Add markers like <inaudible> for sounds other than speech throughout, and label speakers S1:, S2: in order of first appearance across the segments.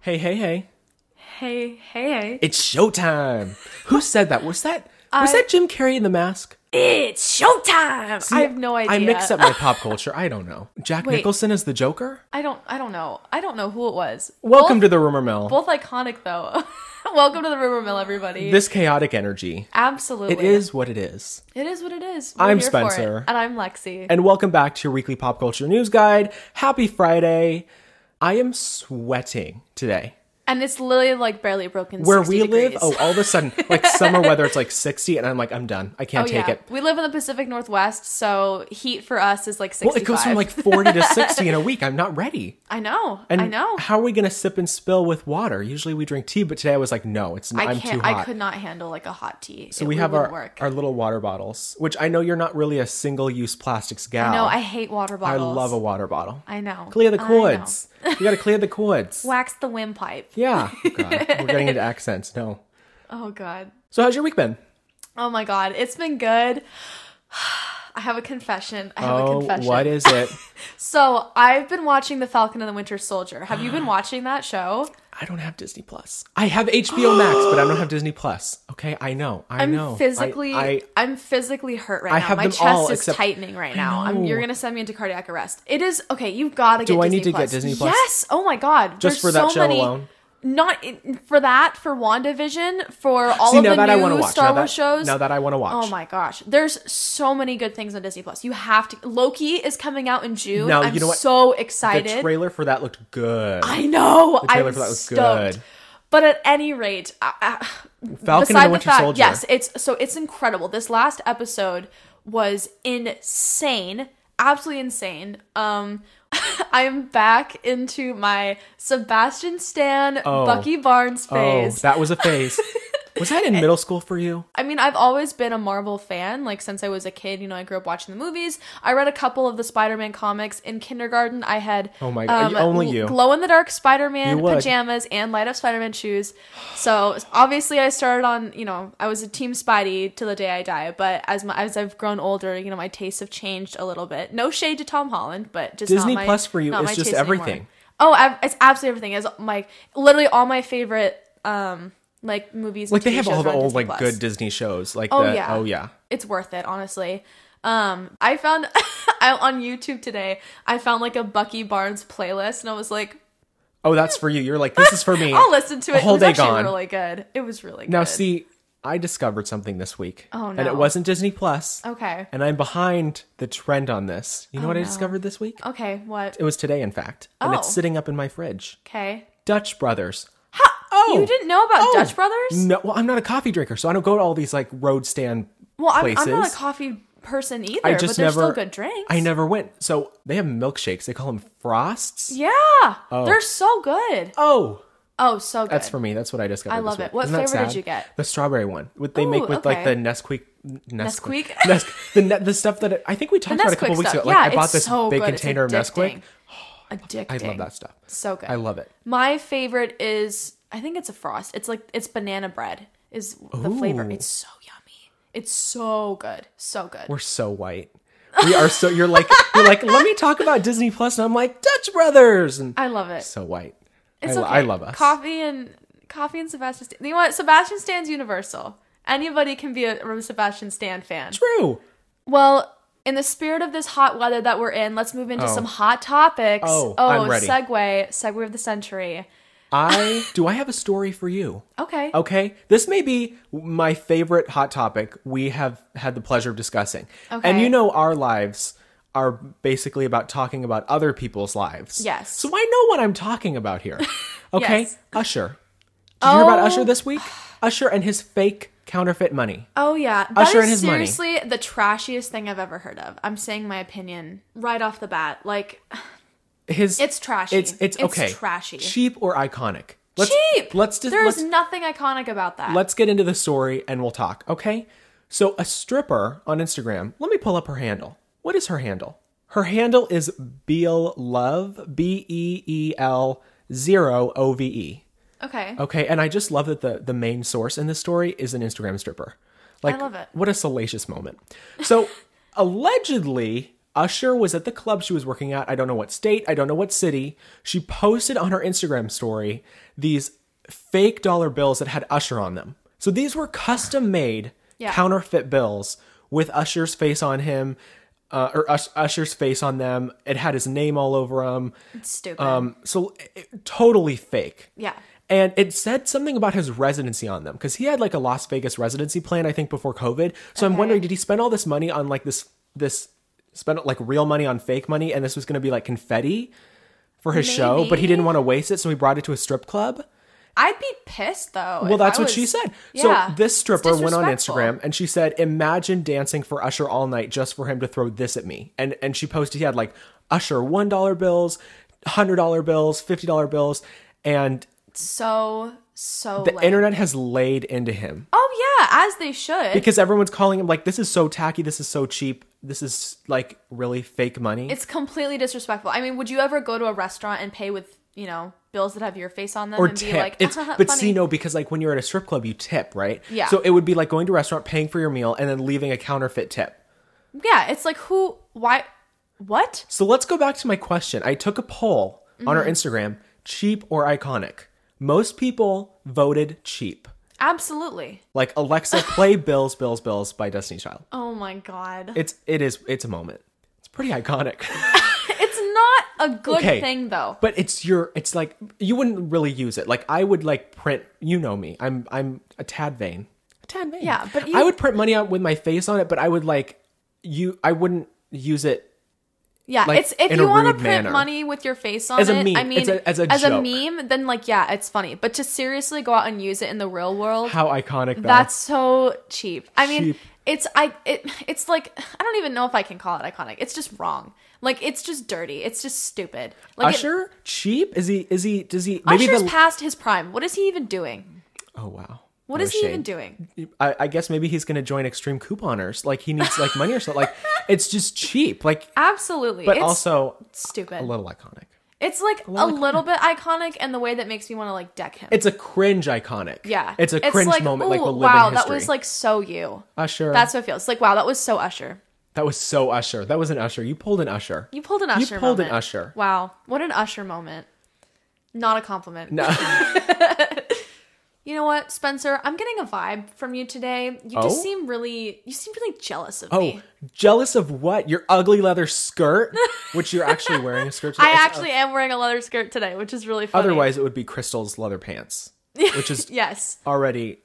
S1: Hey, hey, hey.
S2: Hey, hey, hey.
S1: It's showtime. Who said that? Was that was that Jim Carrey in the mask?
S2: It's showtime. I have no idea.
S1: I mix up my pop culture. I don't know. Jack
S2: Wait.
S1: Nicholson is the Joker?
S2: I don't I don't know. I don't know who it was.
S1: Welcome
S2: both,
S1: to the rumor mill.
S2: both iconic though. <laughs> Welcome to the rumor mill everybody.
S1: this chaotic energy.
S2: Absolutely.
S1: It is what it is.
S2: It is what it is. We're
S1: I'm
S2: here for it.
S1: Spencer.
S2: and I'm Lexi.
S1: And welcome back to your weekly pop culture news guide. Happy Friday. I am sweating today.
S2: and it's literally like barely broken
S1: Where
S2: 60
S1: we live,
S2: degrees.
S1: oh, all of a sudden,
S2: <laughs>
S1: like summer weather, it's like 60, and I'm like, I'm done. I can't
S2: Oh,
S1: take
S2: yeah.
S1: it.
S2: We live in the Pacific Northwest, so heat for us is like 65.
S1: Well, it goes from like 40 to 60 in a week. I'm not ready.
S2: I know.
S1: And
S2: I know.
S1: How are we going to sip and spill with water? Usually we drink tea, but today I was like, no, it's not,
S2: I
S1: I'm too
S2: can't
S1: hot.
S2: I could not handle like a hot tea.
S1: so we have our,
S2: work.
S1: our little water bottles, which I know you're not really a single use plastics gal.
S2: No, I hate water
S1: I
S2: bottles.
S1: love a water bottle.
S2: I know.
S1: Clear the
S2: I know.
S1: cords. You got to clear the
S2: <laughs>
S1: cords.
S2: Wax the windpipe.
S1: Yeah. Oh, God. We're getting
S2: <laughs>
S1: into accents. No.
S2: Oh god.
S1: So, how's your week been?
S2: Oh my god. It's been good. <sighs> I have a confession. I have a
S1: Oh,
S2: confession.
S1: what is it?
S2: So I've been watching The Falcon and the Winter Soldier. Have
S1: <gasps>
S2: you been watching that show?
S1: I don't have Disney Plus. I have HBO
S2: <gasps>
S1: Max, but I don't have Disney Plus. Okay, I know. I
S2: I'm
S1: know. I-
S2: physically,
S1: I,
S2: I, am physically hurt right
S1: I
S2: now.
S1: have
S2: My
S1: them
S2: chest
S1: all
S2: is
S1: except-
S2: tightening right now. I'm,
S1: know.
S2: you're gonna send me into cardiac arrest. It is okay. You've got to get.
S1: Do I
S2: Disney
S1: need to get
S2: Plus.
S1: Disney Plus?
S2: Yes. Oh my God.
S1: Just
S2: There's
S1: for that
S2: so
S1: show
S2: many,
S1: alone?
S2: Not in, for that. For WandaVision. For all
S1: See,
S2: of
S1: now
S2: the
S1: that I
S2: new
S1: want to watch.
S2: Star
S1: now that,
S2: Wars shows.
S1: Now that I want to watch.
S2: Oh my gosh. There's so many good things on Disney Plus. You have to Loki is coming out in June.
S1: Now,
S2: I'm
S1: you know what?
S2: so
S1: The
S2: excited.
S1: trailer for that looked good.
S2: I know.
S1: trailer
S2: I'm
S1: for that was
S2: stoked.
S1: good.
S2: But at any rate, I, I,
S1: Falcon
S2: beside
S1: and the
S2: the,
S1: Winter
S2: fact,
S1: Soldier.
S2: yes, it's so it's incredible. This last episode was insane, absolutely insane. Um, <laughs> I am back into my Sebastian Stan,
S1: Oh.
S2: Bucky Barnes
S1: Oh,
S2: phase.
S1: that was a
S2: <laughs>
S1: phase. was that in middle school for you?
S2: I mean, I've always been a Marvel fan. Like since I was a kid, you know, I grew up watching the movies. I read a couple of the Spider-Man comics in kindergarten. I had um,
S1: Oh my God, you- only you.
S2: glow-in-the-dark
S1: You
S2: Spider-Man
S1: would.
S2: pajamas and light-up Spider-Man shoes. So obviously, I started on you know I was a Team Spidey till the day I die. But as my as I've grown older, you know, my tastes have changed a little bit. No shade to Tom Holland, but just
S1: Disney
S2: not my,
S1: Plus for you
S2: not
S1: is
S2: my
S1: just
S2: taste anymore.
S1: everything.
S2: Oh, i it's absolutely everything. Is my literally all my favorite um like movies. and
S1: Like they
S2: TV
S1: have all
S2: shows
S1: the
S2: are on
S1: old
S2: Disney
S1: like
S2: Plus
S1: good Disney shows. Like
S2: Oh,
S1: the,
S2: yeah.
S1: oh yeah.
S2: it's worth it honestly um i found <laughs> I, on youtube today i found like a bucky barnes playlist and i was like
S1: Oh, that's for you. You're like, this is for me.
S2: i'll listen to
S1: A
S2: it
S1: whole
S2: it was
S1: day
S2: actually
S1: gone.
S2: really good it was really good
S1: Now, see, I discovered something this week.
S2: Oh,
S1: And it
S2: no.
S1: wasn't Disney Plus.
S2: okay Oh,
S1: And I'm behind the trend on this. You know what I
S2: no.
S1: discovered this week?
S2: okay what
S1: It was today, in fact. And it's
S2: Oh.
S1: sitting up in my fridge.
S2: okay
S1: Dutch Brothers. Oh,
S2: you didn't know about
S1: Oh!
S2: dutch brothers
S1: No, well, I'm not a coffee drinker, so I don't go to all these like road stand.
S2: well I'm, I'm not
S1: places.
S2: a coffee person either
S1: I
S2: but
S1: just
S2: they're
S1: never.
S2: still good drinks
S1: I never went. So they have milkshakes. They call them frosts.
S2: yeah they're so good
S1: Oh,
S2: oh so good
S1: that's for me. That's what I discovered.
S2: I
S1: this
S2: love
S1: week.
S2: it. What
S1: Isn't that
S2: flavor did
S1: sad?
S2: you get?
S1: The strawberry one. What they
S2: Ooh,
S1: make with like
S2: okay.
S1: the Nesquik. Nesquik.
S2: Nesquik?
S1: Nes- the ne- the stuff that I think we talked about a
S2: Nesquik
S1: couple weeks
S2: stuff.
S1: ago. Like
S2: Yeah,
S1: I bought
S2: it's
S1: this
S2: so
S1: big
S2: good. It's
S1: container of Nesquik.
S2: addicting.
S1: <sighs>
S2: addicting
S1: I love that stuff.
S2: so good
S1: I love it.
S2: My favorite is I think it's a frost. It's like it's banana bread is the flavor. It's so yummy. It's so good. So good.
S1: We're so white. We are so. You're like <laughs> you're like. Let me talk about Disney Plus, and I'm like Dutch Brothers, and
S2: I love it.
S1: so white.
S2: It's
S1: I,
S2: okay.
S1: I love us.
S2: Coffee and coffee and Sebastian Stan. You know what? Sebastian Stan's universal. Anybody can be a Sebastian Stan fan.
S1: True.
S2: Well, in the spirit of this hot weather that we're in, let's move into
S1: Oh.
S2: some hot topics.
S1: Oh, I'm ready.
S2: segue, segue of the century.
S1: I do. I have a story for you.
S2: Okay.
S1: Okay, this may be my favorite hot topic we have had the pleasure of discussing. And
S2: Okay.
S1: you know, our lives are basically about talking about other people's lives.
S2: Yes.
S1: So I know what I'm talking about here. Okay,
S2: <laughs> Yes.
S1: Usher. Did you hear about
S2: Oh.
S1: Usher this week? Usher and his fake counterfeit money.
S2: Oh yeah, that is
S1: Usher and his money.
S2: seriously the trashiest thing I've ever heard of. I'm saying my opinion right off the bat. Like
S1: His
S2: it's trashy.
S1: It's it's okay.
S2: trashy.
S1: Cheap or iconic? Let's,
S2: Cheap.
S1: Let's just
S2: There's
S1: let's,
S2: nothing iconic about that.
S1: let's get into the story and we'll talk, okay? So, a stripper on Instagram, let me pull up her handle. What is her handle? Her handle is Beel Love, B E E L 0 O V E.
S2: okay.
S1: um, Okay, and I just love that the, the main source in this story is an Instagram stripper. Like,
S2: love it.
S1: What a salacious moment.
S2: <laughs>
S1: So, allegedly, Usher was at the club she was working at. I don't know what state, I don't know what city. She posted on her Instagram story these fake dollar bills that had Usher on them. So, these were custom made
S2: <sighs> Yeah.
S1: counterfeit bills with Usher's face on him. Uh, or Us- Usher's face on them. It had his name all over them.
S2: It's stupid.
S1: Um, so it, totally fake.
S2: Yeah.
S1: And it said something about his residency on them because he had like a Las Vegas residency plan, I think, before COVID. So I'm
S2: Okay.
S1: wondering, did he spend all this money on like this this spend like real money on fake money, and this was going to be like confetti for his show, but he
S2: Maybe.
S1: didn't want to waste it, so he brought it to a strip club.
S2: I'd be pissed though.
S1: Well,
S2: if I
S1: that's what she
S2: was-
S1: said.
S2: Yeah.
S1: So this
S2: It's
S1: stripper went on
S2: disrespectful.
S1: Instagram and she said, "Imagine dancing for Usher all night just for him to throw this at me." And and she posted he had like Usher one dollar bills, hundred dollar bills, fifty dollar bills, and
S2: So so.
S1: the
S2: lame.
S1: internet has laid into him
S2: Oh yeah, as they should.
S1: because everyone's calling him like, "This is so tacky. This is so cheap. This is like really fake money."
S2: it's completely disrespectful. I mean, would you ever go to a restaurant and pay with you know bills that have your face on them
S1: or
S2: and
S1: tip.
S2: be like, <laughs>
S1: it's
S2: "Ah,
S1: but
S2: funny.
S1: see no because like when you're at a strip club you tip right.
S2: Yeah.
S1: So it would be like going to a restaurant, paying for your meal, and then leaving a counterfeit tip.
S2: Yeah, it's like who? Why? What?
S1: So let's go back to my question. I took a poll on
S2: Mm-hmm.
S1: our Instagram cheap or iconic? Most people voted cheap.
S2: Absolutely.
S1: Like
S2: <laughs>
S1: Alexa, play Bills, Bills, Bills by Destiny's Child.
S2: Oh my god.
S1: It's it is it's a moment. It's pretty iconic.
S2: <laughs> It's not a
S1: <laughs>
S2: good
S1: Okay.
S2: thing though.
S1: But it's your it's like you wouldn't really use it. Like I would like print you know me. I'm I'm a tad vain. A tad vain.
S2: Yeah, but
S1: I
S2: you-
S1: would print money out with my face on it, but I would like you I wouldn't use it
S2: Yeah,
S1: like,
S2: it's if
S1: in
S2: you
S1: a
S2: want to
S1: rude
S2: print
S1: manner.
S2: money with your face on
S1: As a
S2: it.
S1: meme.
S2: I mean,
S1: It's a- as a joke.
S2: meme, then like yeah, it's funny. But to seriously go out and use it in the real world,
S1: how iconic though.
S2: that's so cheap. I mean,
S1: Cheap.
S2: it's I it it's like I don't even know if I can call it iconic. It's just wrong. Like it's just dirty. It's just stupid. Like it-
S1: Usher cheap? Is he is he does he maybe
S2: Usher's
S1: the
S2: past his prime. What is he even doing?
S1: Oh wow.
S2: What
S1: No
S2: is he
S1: shade.
S2: even doing?
S1: I, I guess maybe he's going to join extreme couponers. Like he needs like money or something.
S2: <laughs>
S1: Like it's just cheap. Like,
S2: Absolutely.
S1: but
S2: it's
S1: also
S2: stupid.
S1: a little iconic.
S2: It's like a
S1: little
S2: little bit iconic and the way that makes me want to like deck him.
S1: It's a cringe iconic.
S2: yeah.
S1: it's a cringe
S2: like,
S1: moment. like
S2: ooh,
S1: we'll live
S2: wow,
S1: in
S2: that
S1: history.
S2: was like so you.
S1: Usher.
S2: That's what it feels. Like wow, that was so Usher.
S1: that was so Usher. That was an Usher. You pulled an Usher.
S2: You pulled an Usher
S1: You pulled
S2: moment.
S1: an Usher.
S2: Wow. What an Usher moment. Not a compliment.
S1: No.
S2: <laughs> You know what, Spencer? I'm getting a vibe from you today. You
S1: Oh?
S2: just seem really you seem really jealous of
S1: Oh,
S2: me.
S1: jealous of what? Your ugly leather skirt, which you're actually wearing a
S2: <laughs>
S1: skirt. today.
S2: I
S1: It's-
S2: actually am wearing a leather skirt today, which is really funny.
S1: Otherwise, it would be Crystal's leather pants, which
S2: <laughs>
S1: is
S2: yes.
S1: already.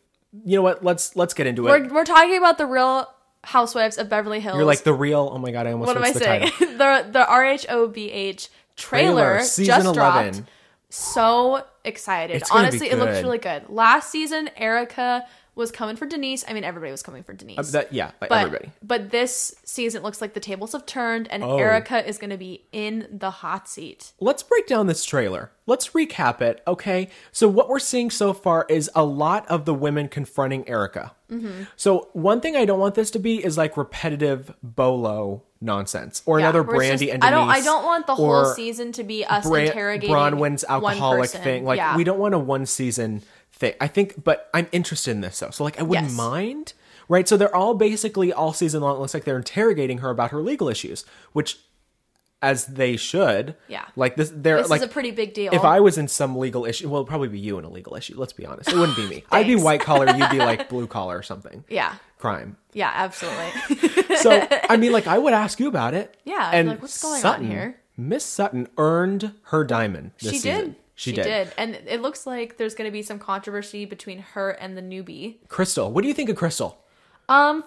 S1: You know what? Let's let's get into it.
S2: We're we're talking about the real housewives of Beverly Hills.
S1: You're like the real. Oh my god! I almost
S2: what am I
S1: missed the
S2: saying?
S1: title.
S2: <laughs> the the RHOBH trailer, just dropped. So excited.
S1: It's gonna be
S2: Honestly, it looks
S1: good.
S2: really good. Last season, Erica was coming for Denise. I mean, everybody was coming for Denise.
S1: Um, That, yeah, like
S2: but,
S1: everybody.
S2: but this season it looks like the tables have turned and
S1: Oh.
S2: Erica is going to be in the hot seat.
S1: Let's break down this trailer. Let's recap it, okay? So what we're seeing so far is a lot of the women confronting Erica.
S2: Mm-hmm.
S1: So one thing I don't want this to be is like repetitive bolo nonsense or
S2: Yeah,
S1: another
S2: where it's
S1: Brandy
S2: just-
S1: and
S2: I don't. I
S1: Denise
S2: don't want the whole
S1: or
S2: season to be us
S1: Bra-
S2: interrogating
S1: Bronwyn's
S2: one
S1: alcoholic
S2: person.
S1: thing. Like
S2: yeah.
S1: we don't want a one season thing. I think, but I'm interested in this though. So like I wouldn't
S2: Yes.
S1: mind, right? So they're all basically all season long. It looks like they're interrogating her about her legal issues, which, as they should.
S2: Yeah.
S1: Like this, they're
S2: This
S1: like
S2: is a pretty big deal.
S1: If I was in some legal issue, well, it'd probably be you in a legal issue. Let's be honest, it wouldn't be
S2: <laughs>
S1: me. I'd be
S2: Thanks.
S1: white collar. You'd be
S2: <laughs>
S1: like blue collar or something.
S2: yeah,
S1: Crime.
S2: yeah,
S1: <laughs>
S2: absolutely. <laughs>
S1: So I mean, like, I would ask you about it.
S2: Yeah, I'd be like, "What's going on here?"
S1: Miss Sutton earned her diamond. This
S2: she
S1: season.
S2: did.
S1: She, did.
S2: and it looks like there's going to be some controversy between her and the newbie.
S1: Crystal, what do you think of Crystal?
S2: Um,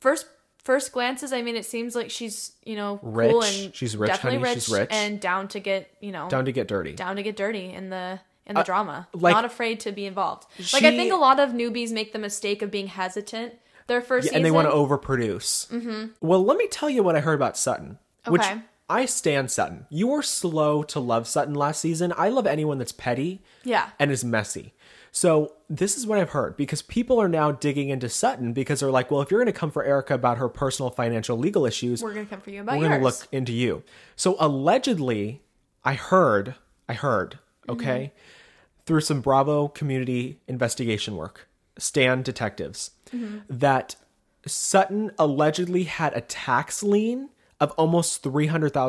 S2: first first glances, I mean, it seems like she's you know cool
S1: Rich.
S2: and
S1: She's rich,
S2: definitely
S1: honey,
S2: rich,
S1: she's rich.
S2: and down to get you know
S1: Down to get dirty.
S2: down to get dirty in the in the drama.
S1: like-
S2: not afraid to be involved. like I
S1: She-
S2: think a lot of newbies make the mistake of being hesitant their first
S1: Yeah,
S2: season.
S1: and they want to overproduce. Mm-hmm. Well, let me tell you what I heard about Sutton. Which
S2: Okay.
S1: I stand Sutton. You were slow to love Sutton last season. I love anyone that's petty
S2: Yeah.
S1: and is messy. So this is what I've heard because people are now digging into Sutton because they're like, well, if you're going to come for Erica about her personal financial legal issues,
S2: We're gonna come for you about
S1: we're going
S2: yours.
S1: to look into you. So allegedly, I heard, I heard,
S2: Mm-hmm.
S1: okay, through
S2: Mm-hmm.
S1: some Bravo community investigation work, Stan detectives, that Sutton allegedly had a tax lien of almost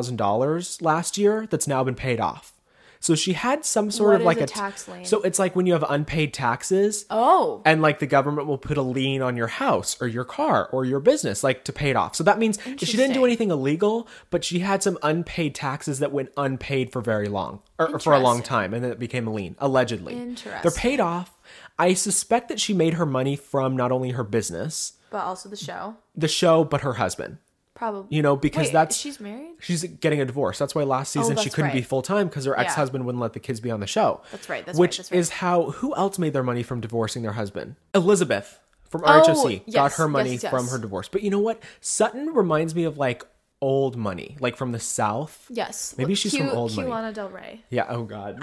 S1: $300,000 last year that's now been paid off. So she had some sort
S2: What
S1: of
S2: is
S1: like
S2: a
S1: t-
S2: tax lien?
S1: So it's like when you have unpaid taxes
S2: Oh.
S1: and like the government will put a lien on your house or your car or your business like to pay it off. So that means she didn't do
S2: Interesting.
S1: anything illegal, but she had some unpaid taxes that went unpaid for very long or for a long
S2: Interesting.
S1: time and then it became a lien allegedly. They're
S2: Interesting.
S1: paid off. I suspect that she made her money from not only her business,
S2: But also the show.
S1: the show, but her husband.
S2: Probably.
S1: You know, because
S2: Wait,
S1: that's
S2: she's married?
S1: she's getting a divorce. That's why last season she
S2: Oh, that's
S1: couldn't be
S2: right.
S1: full time because her ex husband wouldn't let the kids be on the show.
S2: That's right, that's right,
S1: which
S2: that's right.
S1: is how who else made their money from divorcing their husband? Elizabeth from
S2: Oh,
S1: RHOC got
S2: yes,
S1: her money
S2: yes, yes.
S1: from her divorce. But you know what? Sutton reminds me of like old money, like from the South.
S2: Yes.
S1: Maybe she's from old money.
S2: Lana Del Rey.
S1: Yeah. Oh
S2: <laughs>
S1: God.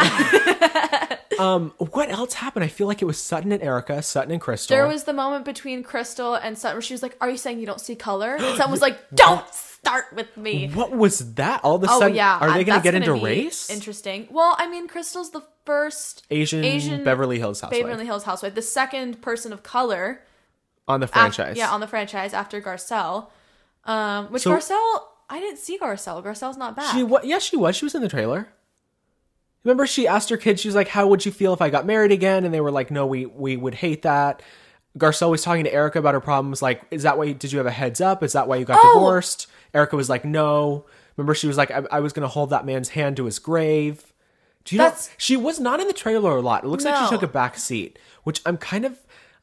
S1: um. What else happened? I feel like it was Sutton and Erica, Sutton and Crystal.
S2: There was the moment between Crystal and Sutton where she was like, Are you saying you don't see color?
S1: <gasps>
S2: And Sutton was like, Don't start with me.
S1: what was that? All of a
S2: Oh,
S1: sudden,
S2: yeah.
S1: are
S2: uh,
S1: they going
S2: that's
S1: to get into
S2: be
S1: race?
S2: Interesting. Well, I mean, Crystal's the first
S1: Asian,
S2: Asian
S1: Beverly Hills housewife
S2: Beverly Hills housewife, the second person of color.
S1: on the
S2: af-
S1: franchise.
S2: Ah, yeah, on the franchise after Garcelle. Um, which
S1: So-
S2: Garcelle, I didn't see Garcelle. Garcelle's not bad.
S1: She what? Yeah, she was. She was in the trailer. Remember, she asked her kids. She was like, "How would you feel if I got married again?" And they were like, "No, we we would hate that." Garcelle was talking to Erica about her problems. Like, is that why? you- Did you have a heads up? Is that why you got
S2: Oh!
S1: divorced? Erica was like, "No." Remember, she was like, "I, I was going to hold that man's hand to his grave." Do you
S2: That's-
S1: know? She was not in the trailer a lot. It looks like she
S2: No.
S1: took a back seat, which I'm kind of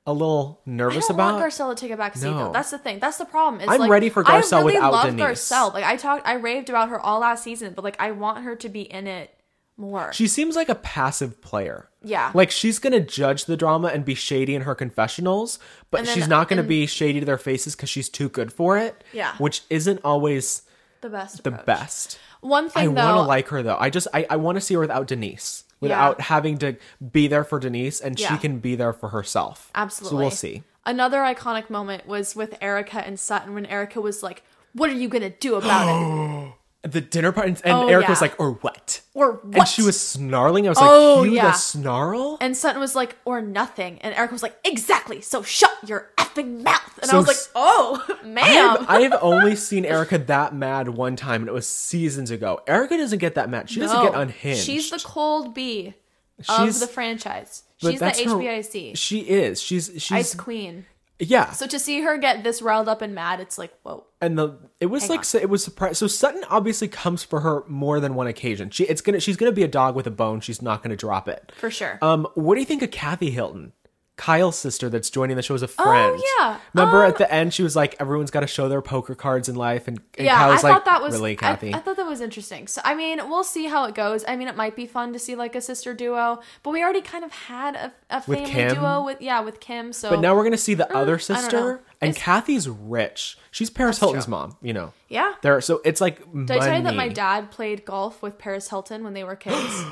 S1: a little
S2: I
S1: nervous
S2: don't
S1: about.
S2: want Garcelle to take a back seat
S1: No.
S2: though. That's the thing. That's the problem. Is
S1: I'm
S2: like,
S1: ready for Garcelle
S2: I really
S1: without
S2: love
S1: Denise.
S2: Garcelle. Like I talked, I raved about her all last season, but like I want her to be in it more.
S1: She seems like a passive player.
S2: Yeah.
S1: Like she's going to judge the drama and be shady in her confessionals, but
S2: And then-
S1: she's not going to
S2: and-
S1: be shady to their faces because she's too good for it.
S2: Yeah.
S1: Which isn't always
S2: the best.
S1: the
S2: approach.
S1: best.
S2: One
S1: I
S2: thing though,
S1: want to like her though. I just, I, I want to see her without Denise, without having to be there for Denise and she
S2: Yeah.
S1: can be there for herself.
S2: absolutely.
S1: So we'll see.
S2: Another iconic moment was with Erica and Sutton when Erica was like, "What are you gonna do
S1: <gasps>
S2: about it?"
S1: The dinner party, and, and
S2: Oh,
S1: Eric
S2: yeah.
S1: was like, or what?
S2: Or what?
S1: And she was snarling. I was
S2: Oh,
S1: like, you
S2: yeah.
S1: the snarl?
S2: And Sutton was like, "Or nothing," and Erica was like, "Exactly." So shut your effing mouth. And
S1: So
S2: I was like,
S1: s-
S2: "Oh, <laughs> ma'am."
S1: I've, I've only seen Erica that mad one time, and it was seasons ago. Erica doesn't get that mad. She doesn't get
S2: No.
S1: unhinged.
S2: She's the cold bee
S1: She's-
S2: of the franchise.
S1: but
S2: She's the
S1: that's her-
S2: HBIC
S1: She is. She's she's
S2: ice queen.
S1: yeah.
S2: So to see her get this riled up and mad, it's like whoa.
S1: and the it was like
S2: on.
S1: so it was surprised. So Sutton obviously comes for her more than one occasion. She it's gonna she's gonna be a dog with a bone. She's not gonna drop it.
S2: For sure.
S1: Um, what do you think of Kathy Hilton? Kyle's sister that's joining the show as a friend.
S2: Oh, yeah. Um,
S1: Remember at the end she was like, everyone's got to show their poker cards in life, and, and
S2: yeah, I
S1: Kyle's
S2: thought
S1: like,
S2: that was
S1: really
S2: I-
S1: Kathy.
S2: I, thought that was interesting. So I mean, we'll see how it goes. I mean, it might be fun to see like a sister duo, but we already kind of had a, a
S1: With
S2: family
S1: Kim?
S2: duo with yeah with Kim. So
S1: But now we're gonna see the other
S2: don't know.
S1: sister, and
S2: It's-
S1: Kathy's rich. She's Paris Hilton's
S2: true.
S1: mom. You know,
S2: yeah.
S1: there. So it's like money.
S2: Did I tell you that my dad played golf with Paris Hilton when they
S1: <gasps>
S2: were kids?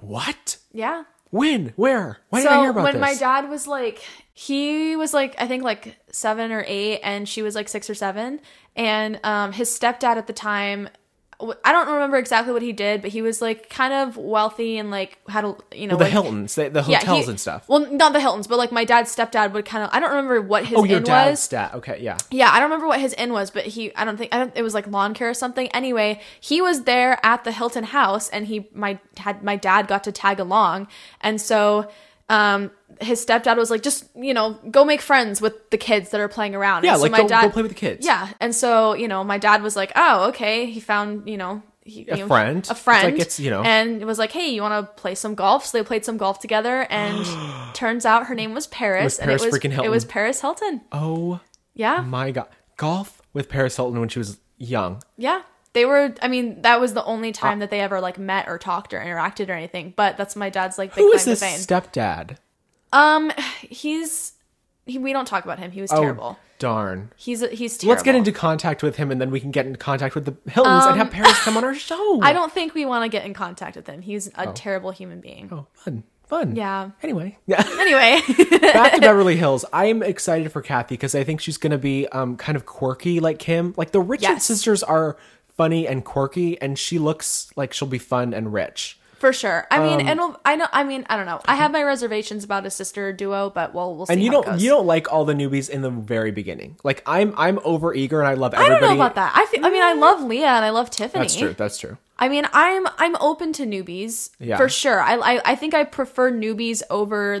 S1: What?
S2: yeah.
S1: When? Where? Why did I
S2: so
S1: hear about
S2: when
S1: this?
S2: my dad was like he was like i think like seven or eight and she was like six or seven and um, his stepdad at the time w- i don't remember exactly what he did but he was like kind of wealthy and like had a you know
S1: the
S2: like-
S1: Hiltons, they, the
S2: yeah,
S1: hotels
S2: he-
S1: and stuff.
S2: well not the hiltons but like my dad's stepdad would kind of i don't remember what his
S1: oh, your
S2: in
S1: dad's
S2: was
S1: dad. Okay, yeah.
S2: yeah, I don't remember what his in was, but he I don't think I don't, it was like lawn care or something. Anyway, he was there at the Hilton house and he my had my dad got to tag along. And so um his stepdad was like just, you know, go make friends with the kids that are playing around.
S1: Yeah,
S2: and so
S1: like
S2: my
S1: go,
S2: dad
S1: go play with the kids.
S2: Yeah, and so, you know, my dad was like, "Oh, okay, he found, you know, he,
S1: A
S2: you know,
S1: friend. It's
S2: a
S1: like
S2: friend,
S1: it's, you know.
S2: and it was like, "Hey, you want to play some golf?" So they played some golf together,
S1: <gasps>
S2: and turns out her name was Paris, and
S1: Paris
S2: it was
S1: freaking
S2: it
S1: Hilton.
S2: was Paris Hilton.
S1: Oh
S2: Yeah,
S1: my god, golf with Paris Hilton when she was young.
S2: Yeah. They were I mean, that was the only time that they ever like met or talked or interacted or anything. But that's my dad's like big
S1: Who is
S2: claim
S1: this
S2: to fame.
S1: stepdad?
S2: um he's he, we don't talk about him. He was terrible.
S1: Oh darn.
S2: He's he's terrible. Um,
S1: Let's get into contact with him, and then we can get into contact with the Hiltons and have Paris come on our show.
S2: <laughs> I don't think we want to get in contact with him. He's a terrible human being.
S1: Oh, fun, fun.
S2: Yeah. <laughs>
S1: Anyway, yeah.
S2: Anyway,
S1: back
S2: <laughs>
S1: to Beverly Hills. I'm excited for Kathy because I think she's going to be um, kind of quirky like Kim. Like the Richard
S2: Yes.
S1: sisters are funny and quirky, and she looks like she'll be fun and rich.
S2: for sure. I
S1: Um,
S2: mean, and I know. I mean, I don't know. I have my reservations about a sister duo, but well, we'll see.
S1: And you
S2: how it
S1: don't
S2: goes.
S1: you don't like all the newbies in the very beginning. Like I'm I'm over eager and I love
S2: I
S1: everybody. Mm.
S2: don't know about that. I feel, I mean, I love Leah and I love Tiffany.
S1: That's true. That's true.
S2: I mean, I'm I'm open to newbies
S1: Yeah.
S2: for sure. I, I I think I prefer newbies over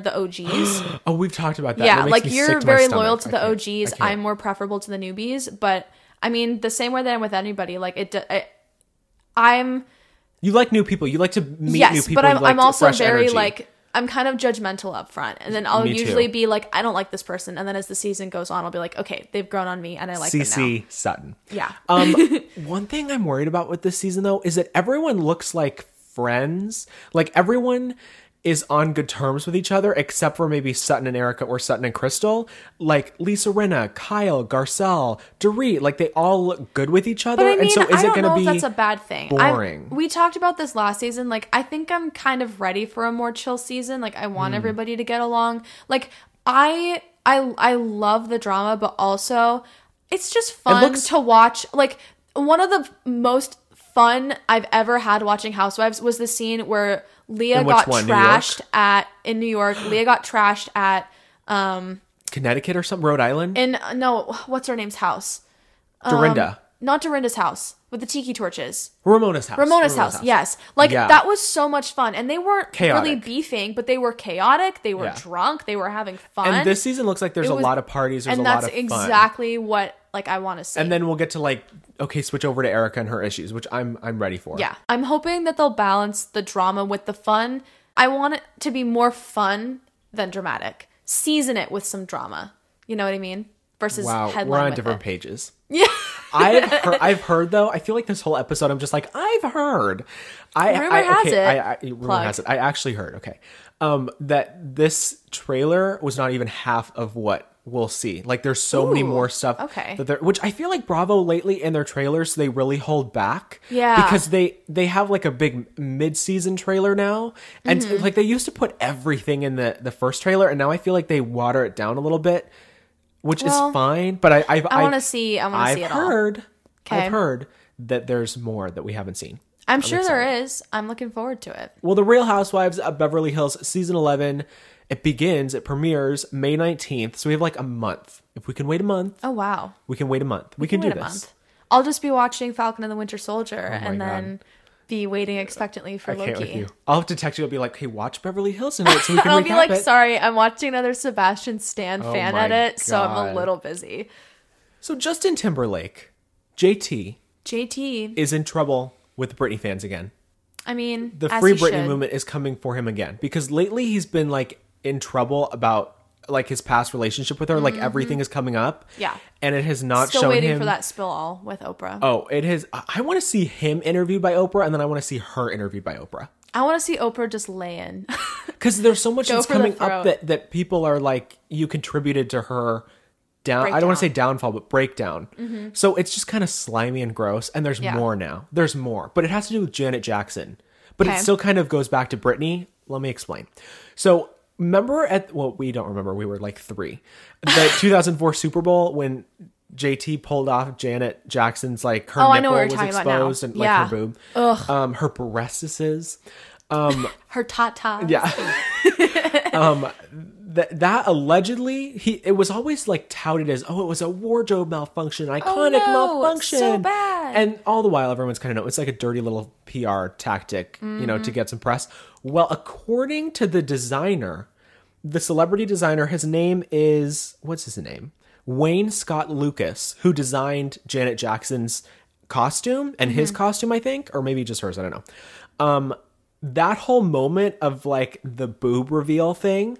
S1: <gasps>
S2: the OGs.
S1: Oh, we've talked about that.
S2: yeah,
S1: That makes
S2: like
S1: me
S2: you're
S1: sick to my
S2: very
S1: stomach.
S2: loyal to
S1: I
S2: the
S1: can't.
S2: OGs.
S1: I can't.
S2: I'm more preferable to the newbies, but I mean, the same way that I'm with anybody, like it. d- I, I'm
S1: You like new people. You like to meet new
S2: yes,
S1: people.
S2: but I'm
S1: You like
S2: I'm also
S1: fresh
S2: very
S1: energy.
S2: like. I'm kind of judgmental up front, and then I'll
S1: Me too.
S2: usually be like, "I don't like this person," and then as the season goes on, I'll be like, "Okay, they've grown on me, and I like them
S1: CC Sutton.
S2: now." Yeah, <laughs>
S1: Um, one thing I'm worried about with this season though is that everyone looks like friends. Like everyone is on good terms with each other, except for maybe Sutton and Erica or Sutton and Crystal. Like Lisa Rinna, Kyle, Garcelle, Dorit, like they all look good with each other.
S2: But I mean,
S1: and so is
S2: I don't
S1: it
S2: know
S1: gonna
S2: if
S1: be
S2: that's a bad thing. I'm-
S1: boring?
S2: we talked about this last season. Like, I think I'm kind of ready for a more chill season. Like, I
S1: Hmm.
S2: want everybody to get along. Like, I, I, I love the drama, but also it's just fun
S1: looks-
S2: to watch. Like, one of the most fun I've ever had watching Housewives was the scene where Leah
S1: In which
S2: got
S1: one, New York?
S2: trashed at in New York. Leah got trashed at
S1: Connecticut or something? Rhode Island?
S2: in no, what's her name's house? Um,
S1: Dorinda.
S2: Not Dorinda's house with the tiki torches.
S1: Ramona's house.
S2: Ramona's house, yes. Like
S1: Yeah.
S2: that was so much fun, and they weren't really
S1: Chaotic.
S2: beefing, but they were chaotic. They were
S1: Yeah.
S2: drunk. They were having fun.
S1: And this season looks like there's
S2: It
S1: a
S2: was-
S1: lot of parties. There's
S2: and
S1: a lot
S2: that's
S1: of fun.
S2: exactly what like I want to see.
S1: And then we'll get to like okay, switch over to Erica and her issues, which I'm I'm ready for.
S2: yeah, I'm hoping that they'll balance the drama with the fun. I want it to be more fun than dramatic. Season it with some drama. You know what I mean? Versus
S1: Wow,
S2: headline.
S1: we're on
S2: with
S1: different
S2: it. <laughs>
S1: pages. Yeah, I've heard, I've heard though. I feel like this whole episode, I'm just like I've heard. I
S2: Rumor
S1: I,
S2: has
S1: okay,
S2: it.
S1: I, I, rumor
S2: Plug.
S1: has it. I actually heard. Okay, um, that this trailer was not even half of what we'll see. Like, there's so many
S2: Ooh,
S1: more stuff.
S2: okay.
S1: that they're, which I feel like Bravo lately in their trailers, they really hold back.
S2: Yeah.
S1: because they they have like a big mid-season trailer now and
S2: Mm-hmm.
S1: like they used to put everything in the the first trailer and now i feel like they water it down a little bit which
S2: Well,
S1: is fine but i I've,
S2: I want to see. I want to
S1: i've
S2: see it all.
S1: heard
S2: Okay.
S1: i've heard that there's more that we haven't seen
S2: I'm sure there is. I'm looking forward to it.
S1: well the real housewives of beverly hills season 11 it begins it premieres may 19th so we have like a month if we can wait a month
S2: Oh wow.
S1: we can wait a month we, can,
S2: wait
S1: do this
S2: a
S1: Oh
S2: month. I'll just be watching Falcon and the Winter Soldier and
S1: God.
S2: then be waiting expectantly for
S1: I can't with
S2: <laughs> Loki.
S1: you. I'll have to text you. I'll be like, "Hey, watch Beverly Hills tonight, so
S2: <laughs>
S1: we can
S2: And I'll
S1: recap
S2: be like,
S1: it." Oh
S2: sorry, I'm watching another Sebastian Stan fan
S1: my
S2: edit, so I'm
S1: God.
S2: a little busy.
S1: So Justin Timberlake, JT,
S2: JT,
S1: is in trouble with the Britney fans again.
S2: I mean,
S1: The
S2: as
S1: Free
S2: he
S1: Britney
S2: should.
S1: movement is coming for him again because lately he's been like in trouble about like his past relationship with her. Like everything is coming up.
S2: Mm-hmm. Yeah.
S1: and it has not
S2: Still
S1: shown
S2: waiting
S1: him.
S2: for that spill all with Oprah.
S1: Oh, it has. I, I want to see him interviewed by Oprah, and then I want to see her interviewed by Oprah
S2: I want to see Oprah just lay in. <laughs>
S1: because there's so much that's
S2: for the
S1: coming
S2: throat.
S1: up that that people are like, you contributed to her. Down, I don't want to say
S2: Breakdown. Mm-hmm.
S1: downfall, but breakdown. So it's just kind of slimy and gross. And there's
S2: Yeah.
S1: more now. There's more, but it has to do with Janet Jackson. But
S2: Okay.
S1: it still kind of goes back to Britney. Let me explain. So remember at well, we don't remember. We were like
S2: <laughs>
S1: three. The 2004 Super Bowl when JT pulled off Janet Jackson's like her
S2: Oh, I
S1: nipple
S2: know what you're
S1: was
S2: talking about now.
S1: exposed and like
S2: Yeah.
S1: her boob, um, her breastises.
S2: Her ta ta.
S1: Yeah.
S2: <laughs>
S1: um that that allegedly he it was always like touted as oh it was a wardrobe malfunction, iconic
S2: Oh, no, it's
S1: malfunction.
S2: so bad.
S1: And all the while everyone's kind of know it's like a dirty little PR tactic, you know,
S2: Mm.
S1: to get some press. Well, according to the designer, the celebrity designer, his name is what's his name? Wayne Scott Lucas, who designed Janet Jackson's costume and
S2: Mm-hmm.
S1: his costume, I think, or maybe just hers, I don't know Um, that whole moment of like the boob reveal thing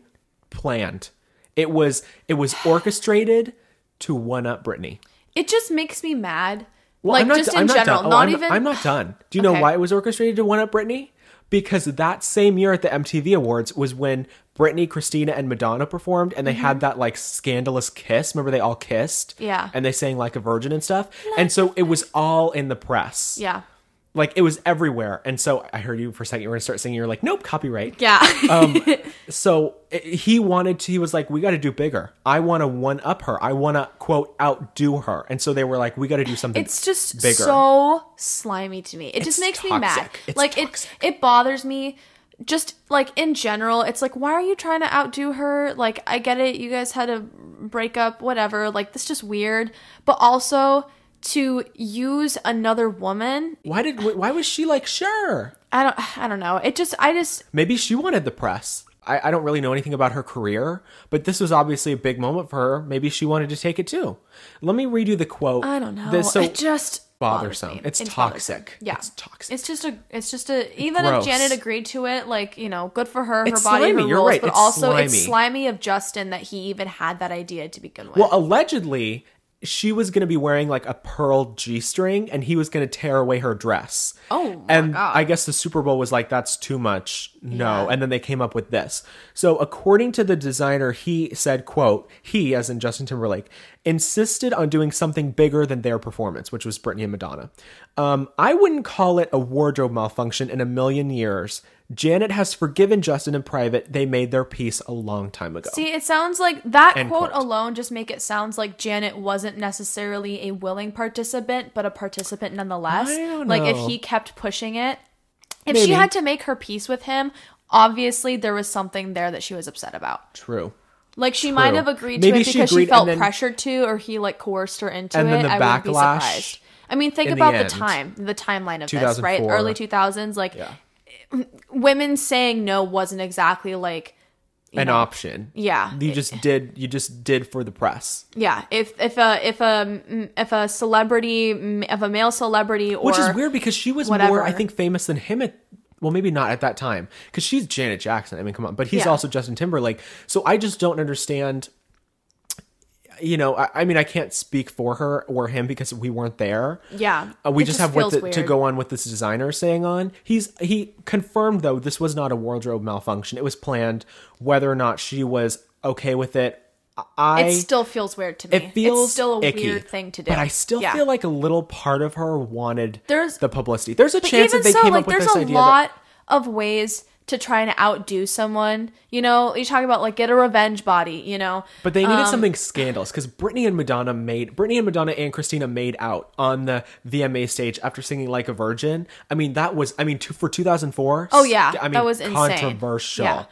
S1: planned it was it was orchestrated to one up Britney.
S2: It just makes me mad.
S1: Well,
S2: like,
S1: I'm not,
S2: just
S1: I'm
S2: in general.
S1: done. Oh,
S2: not
S1: I'm,
S2: even.
S1: I'm not done. Do you
S2: Okay.
S1: know why it was orchestrated to one up Britney? Because that same year at the MTV Awards was when Britney, Christina, and Madonna performed, and they had that like scandalous kiss. Remember, they all kissed,
S2: Mm-hmm. Yeah.
S1: and they sang like a virgin and stuff. and so it was all in the press.
S2: Yeah.
S1: Like it was everywhere. And so I heard you for a second, you were gonna start singing, you're like, nope, copyright.
S2: Yeah. <laughs>
S1: Um, so it, he wanted to, he was like, we gotta do bigger. I wanna one up her. I wanna, quote, outdo her. And so they were like, we gotta do something.
S2: It's just
S1: bigger.
S2: so slimy to me. It just makes me mad.
S1: toxic. It's
S2: like it it bothers me. Just like in general, it's like why are you trying to outdo her? Like I get it, you guys had a breakup, whatever. Like this is just weird. But also to use another woman,
S1: why did, why was she like, sure?
S2: I don't I don't know. It just I just
S1: Maybe she wanted the press. I, I don't really know anything about her career, but this was obviously a big moment for her. Maybe she wanted to take it too. Let me read you the quote.
S2: I don't know.
S1: This, so
S2: it just bothers
S1: bothersome.
S2: me.
S1: It's
S2: bothersome.
S1: toxic.
S2: Yeah,
S1: It's toxic.
S2: It's just a. It's just a. Even
S1: Gross.
S2: if Janet agreed to it, like you know, good for her.
S1: It's
S2: her body,
S1: slimy.
S2: her
S1: You're
S2: rules.
S1: right.
S2: But
S1: It's
S2: also, it's
S1: slimy.
S2: slimy of Justin that he even had that idea to begin with.
S1: well, allegedly, she was going to be wearing like a pearl G string and he was going to tear away her dress.
S2: Oh my
S1: and
S2: God.
S1: I guess the Super Bowl was like, that's too much. No.
S2: Yeah.
S1: And then they came up with this. So according to the designer, he said, quote, he, as in Justin Timberlake, insisted on doing something bigger than their performance, which was Britney and Madonna. Um, I wouldn't call it a wardrobe malfunction in a million years. Janet has forgiven Justin in private. They made their peace a long time ago.
S2: See, it sounds like that
S1: End
S2: quote,
S1: quote.
S2: alone just make it sounds like Janet wasn't necessarily a willing participant, but a participant nonetheless.
S1: I don't
S2: Like if
S1: know.
S2: he kept pushing it, if
S1: Maybe.
S2: she had to make her peace with him, obviously there was something there that she was upset about.
S1: True.
S2: Like she might
S1: True.
S2: have agreed
S1: Maybe
S2: to it
S1: she
S2: because she,
S1: agreed and
S2: felt
S1: then-
S2: pressured to, or he like coerced her into
S1: And
S2: it.
S1: then the
S2: I wouldn't be
S1: backlash
S2: surprised. I mean, think
S1: in the
S2: about the,
S1: end.
S2: time, the timeline of this, right?
S1: 2004.
S2: Early two thousands, like
S1: Yeah.
S2: women saying no wasn't exactly like
S1: an option.
S2: Yeah.
S1: You just did you just did for the press.
S2: yeah. If if a if a if a celebrity m- if a male celebrity or
S1: Which is weird because she was more
S2: whatever.
S1: I think famous than him at well maybe not at that time cuz she's Janet Jackson. I mean come on, but he's
S2: Yeah.
S1: also Justin Timberlake. So I just don't understand you know, I, I mean I can't speak for her or him because we weren't there.
S2: yeah,
S1: Uh, we
S2: it
S1: just, have what
S2: feels
S1: the, to
S2: weird.
S1: go on what this designer is saying on. He's he confirmed though this was not a wardrobe malfunction. It was planned. Whether or not she was okay with it, I
S2: It still feels weird to me.
S1: it feels
S2: it's still a
S1: icky,
S2: weird thing to do.
S1: But I still
S2: Yeah.
S1: feel like a little part of her wanted
S2: There's-
S1: the publicity. There's a chance that they came up with
S2: there's
S1: this
S2: a
S1: idea. that,
S2: lot of ways to try and outdo someone. You know, you talk about like get a revenge body. You know,
S1: but they
S2: um,
S1: needed something scandalous because Britney and Madonna made Britney and Madonna and Christina made out on the VMA stage after singing "Like a Virgin." I mean, that was I mean two, for 2004.
S2: oh yeah,
S1: I mean
S2: that was insane.
S1: controversial.
S2: Yeah.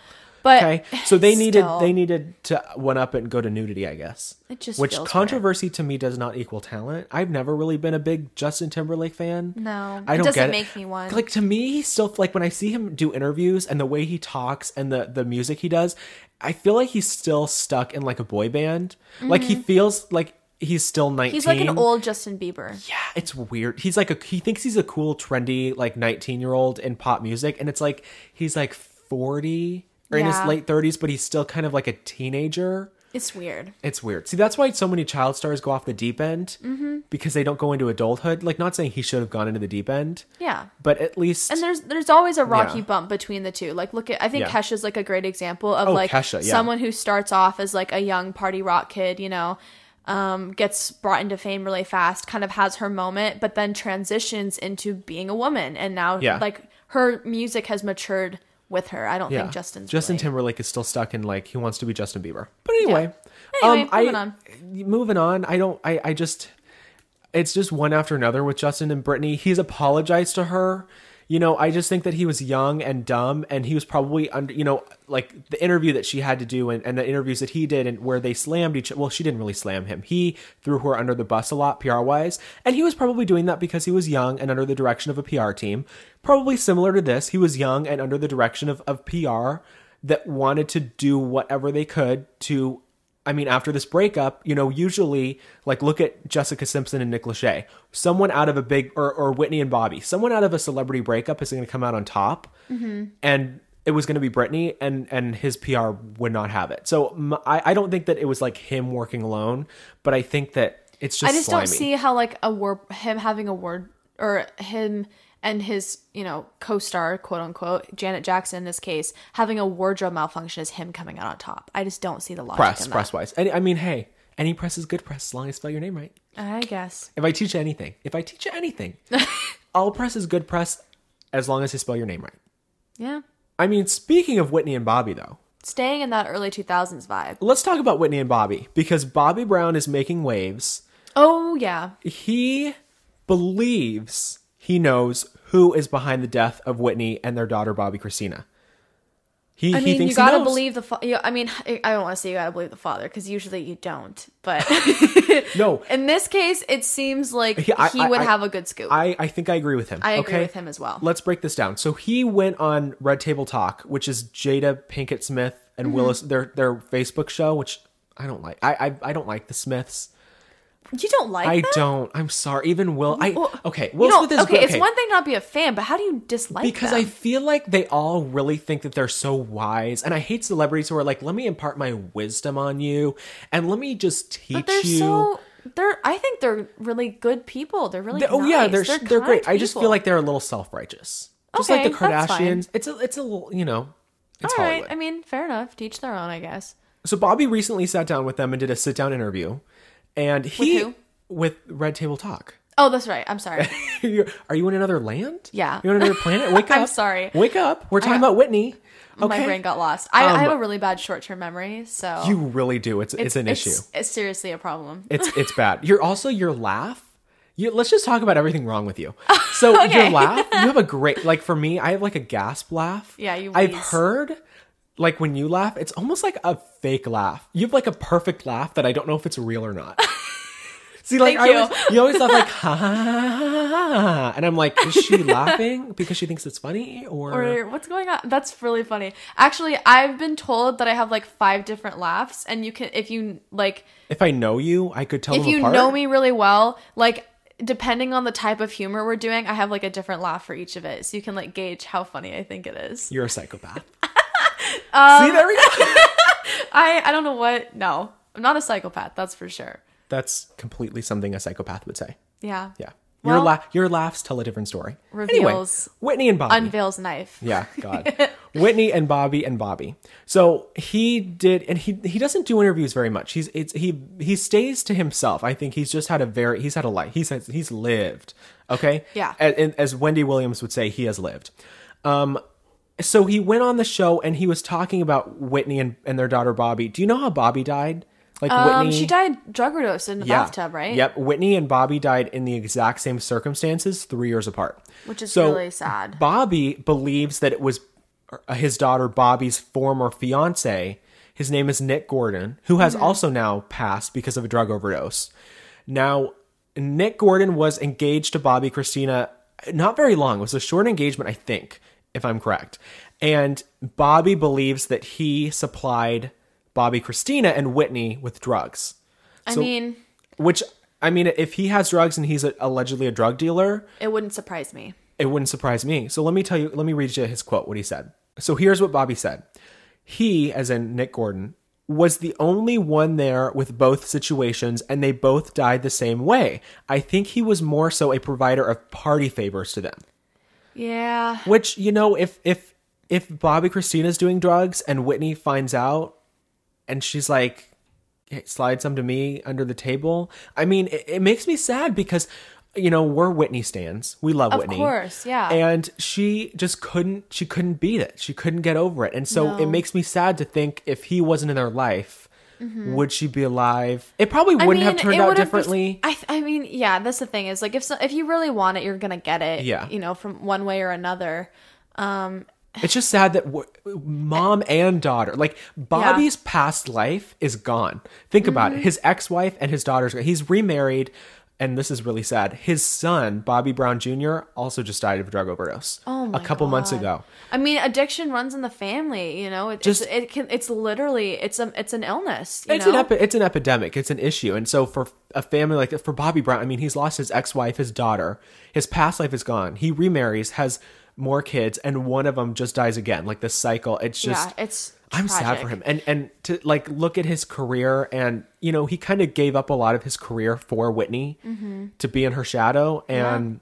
S2: But
S1: Okay, so
S2: <laughs>
S1: they needed
S2: still.
S1: they needed to one up it and go to nudity, I guess.
S2: It just
S1: which
S2: feels weird.
S1: controversy to me does not equal talent. I've never really been a big Justin Timberlake fan.
S2: No,
S1: I
S2: it
S1: don't
S2: doesn't
S1: get
S2: make me one.
S1: Like to me, he still like when I see him do interviews and the way he talks and the the music he does, I feel like he's still stuck in like a boy band. Like he feels like he's still nineteen.
S2: Mm-hmm. he's like an old Justin Bieber.
S1: Yeah, it's weird. He's like a he thinks he's a cool, trendy, like nineteen year old in pop music, and it's like he's like forty or in his
S2: Yeah.
S1: late thirties, but he's still kind of like a teenager.
S2: It's weird.
S1: It's weird. See, that's why so many child stars go off the deep end
S2: Mm-hmm.
S1: because they don't go into adulthood. Like, not saying he should have gone into the deep end,
S2: Yeah.
S1: but at least
S2: And there's there's always a rocky
S1: Yeah.
S2: bump between the two. Like look at I think
S1: Yeah.
S2: Kesha's like a great example of
S1: Oh,
S2: like
S1: Kesha, yeah.
S2: someone who starts off as like a young party rock kid, you know, um, gets brought into fame really fast, kind of has her moment, but then transitions into being a woman and now
S1: Yeah.
S2: like her music has matured with her. I don't think Justin's
S1: Justin
S2: really-
S1: Timberlake is still stuck in like he wants to be Justin Bieber. But anyway, um,
S2: Yeah. Anyway,
S1: I,
S2: moving on.
S1: Moving on. I don't. I. I just. It's just one after another with Justin and Brittany. He's apologized to her. You know, I just think that he was young and dumb, and he was probably under. You know, like the interview that she had to do, and, and the interviews that he did, and where they slammed each. Well, she didn't really slam him. He threw her under the bus a lot, PR wise, and he was probably doing that because he was young and under the direction of a PR team. Probably similar to this, he was young and under the direction of of PR that wanted to do whatever they could to I mean, after this breakup, you know, usually, like, look at Jessica Simpson and Nick Lachey. Someone out of a big, or, or Whitney and Bobby, someone out of a celebrity breakup is going to come out on top.
S2: Mm-hmm.
S1: And it was going to be Brittany, and and his PR would not have it. So m I, I don't think that it was like him working alone, but I think that it's just.
S2: I just
S1: slimy.
S2: don't see how like a war him having a word or him and his you know co-star quote unquote Janet Jackson in this case having a wardrobe malfunction is him coming out on top. I just don't see the logic.
S1: press
S2: in that.
S1: press wise. And I mean, hey, any press is good press as long as you spell your name right.
S2: I guess <laughs>
S1: If I teach you anything, if I teach you anything, All press is good press as long as they spell your name right.
S2: Yeah.
S1: I mean, speaking of Whitney and Bobby, though,
S2: Staying in that early 2000s vibe.
S1: let's talk about Whitney and Bobby because Bobby Brown is making waves.
S2: Oh, yeah.
S1: He believes he knows who is behind the death of Whitney and their daughter Bobby Christina. He,
S2: I
S1: he
S2: mean,
S1: thinks
S2: you
S1: he
S2: gotta
S1: knows.
S2: believe the. Fa- you, I mean, <laughs> I I don't want to say you gotta believe the father because usually you don't. But
S1: <laughs> No.
S2: <laughs> in this case, it seems like
S1: He- I-
S2: he
S1: I-
S2: would
S1: I-
S2: have a good scoop. I,
S1: I, I think I agree with him.
S2: agree
S1: okay?
S2: with him as well.
S1: Let's break this down. So he went on Red Table Talk, which is Jada Pinkett Smith
S2: Mm-hmm.
S1: and Willis their their Facebook show, which I don't like. I I, I don't like the Smiths.
S2: you don't like
S1: I
S2: that?
S1: don't. I'm sorry. Even Will. I
S2: Well,
S1: okay.
S2: you
S1: Will
S2: don't-
S1: Smith is
S2: okay,
S1: great.
S2: It's one thing to not be a fan, but how do you dislike?
S1: because I
S2: them?
S1: feel like they all really think that they're so wise, and I hate celebrities who are like, "Let me impart my wisdom on you, and let me just teach
S2: but they're
S1: you."
S2: so they're. I think they're really good people. They're really.
S1: They- oh yeah,
S2: nice.
S1: they're they're, great.
S2: kind
S1: I just feel
S2: people.
S1: like they're a little self righteous, just like
S2: Okay,
S1: the
S2: that's fine.
S1: Kardashians. It's a it's a little you know. It's
S2: All right.
S1: Hollywood.
S2: I mean, fair enough. Teach their own, I guess.
S1: So Bobby recently sat down with them and did a sit down interview, and he
S2: who?
S1: with Red Table Talk. <laughs>
S2: Oh, that's right. I'm sorry.
S1: You're- Are you in another land?
S2: Yeah.
S1: You're on another planet. Wake up!
S2: <laughs> I'm sorry.
S1: Wake up! We're talking
S2: got-
S1: about Whitney. Okay.
S2: My brain got lost. I,
S1: Um,
S2: I have a really bad short term memory, so
S1: you really do. It's it's, an issue.
S2: It's seriously a problem.
S1: It's it's bad. You're also your laugh. You, let's just talk about everything wrong with you. So your
S2: <laughs> Okay.
S1: laugh, you have a great like for me, I have like a gasp laugh.
S2: Yeah, you
S1: I've
S2: wheeze.
S1: heard like when you laugh, it's almost like a fake laugh. You have like a perfect laugh that I don't know if it's real or
S2: <laughs>
S1: not. See, like
S2: Thank
S1: I
S2: you.
S1: always, you always laugh
S2: <laughs>
S1: like ha, ha, ha, ha, ha," and I'm like, is she laughing because she thinks it's funny or,
S2: Or what's going on? That's really funny. Actually, I've been told that I have like five different laughs, and you can if you like
S1: if I know you, I could tell
S2: if
S1: them
S2: you
S1: apart.
S2: know me really well, like depending on the type of humor we're doing, I have like a different laugh for each of it, so you can like gauge how funny I think it
S1: <laughs>
S2: is.
S1: You're a
S2: <laughs>
S1: psychopath. See there we
S2: Um,
S1: go.
S2: I I don't know what. No, I'm not a psychopath. That's for sure.
S1: That's completely something a psychopath would say.
S2: Yeah.
S1: Yeah. Your
S2: Well-
S1: la- your laughs tell a different story.
S2: Reveals-
S1: Anyway, Whitney and Bobby.
S2: Unveils knife.
S1: yeah,
S2: <laughs>
S1: God. Whitney and Bobby and Bobby. So he did, and he he doesn't do interviews very much. He's it's he he stays to himself. I think he's just had a very he's had a life. He's he's lived. Okay.
S2: Yeah.
S1: A- and as Wendy Williams would say, he has lived. Um. So he went on the show and he was talking about Whitney and, and their daughter Bobby. Do you know how Bobby died? Like
S2: Um,
S1: Whitney,
S2: she died drug overdose in the
S1: yeah.
S2: bathtub, right?
S1: Yep. Whitney and Bobby died in the exact same circumstances three years apart.
S2: Which is
S1: So,
S2: really sad.
S1: Bobby believes that it was uh, his daughter Bobby's former fiance. His name is Nick Gordon, who
S2: Mm-hmm.
S1: has also now passed because of a drug overdose. Now, Nick Gordon was engaged to Bobby Christina not very long. It was a short engagement, I think, if I'm correct. And Bobby believes that he supplied Bobby Christina and Whitney with drugs.
S2: I
S1: So-
S2: mean,
S1: Which I mean, if he has drugs and he's a, allegedly a drug dealer,
S2: it wouldn't surprise me.
S1: it wouldn't surprise me. So let me tell you, let me read you his quote, what he said. So here's what Bobby said. He, as in Nick Gordon, was the only one there with both situations, and they both died the same way. I think he was more so a provider of party favors to them.
S2: Yeah.
S1: Which, you know, if if if Bobby Christina's doing drugs and Whitney finds out and she's like "Hey, slide some to me under the table. I mean, it, it makes me sad because you know, we're Whitney stands. We love Whitney.
S2: course, yeah.
S1: And she just couldn't she couldn't beat it. She couldn't get over it. And so it
S2: No.
S1: makes me sad to think if he wasn't in her life, would she be alive? It probably wouldn't have turned
S2: Mm-hmm. it
S1: out
S2: would have pers-
S1: differently.
S2: I, th- I mean, yeah, that's the thing is like if so, if you really want it, you're gonna get it.
S1: Yeah.
S2: you know, from one way or another.
S1: It's just sad that w- mom and daughter, like Bobby's past life is gone. Think about
S2: Mm-hmm.
S1: it. His ex wife and his daughter's, he's remarried. And this is really sad. His son, Bobby Brown Jr., also just died of a drug overdose
S2: Oh my
S1: a couple months
S2: God.
S1: ago.
S2: I mean, addiction runs in the family. You know, it,
S1: Just-
S2: it's, it can. It's literally it's a it's an illness. You
S1: It's
S2: know?
S1: an epi- it's an epidemic. It's an issue. And so for a family like that, for Bobby Brown, I mean, he's lost his ex-wife, his daughter. His past life is gone. He remarries, has more kids, and one of them just dies again. Like this cycle. It's just
S2: yeah, it's.
S1: I'm sad
S2: tragic.
S1: for him. And and to like look at his career and you know, he kind of gave up a lot of his career for Whitney
S2: Mm-hmm.
S1: to be in her shadow and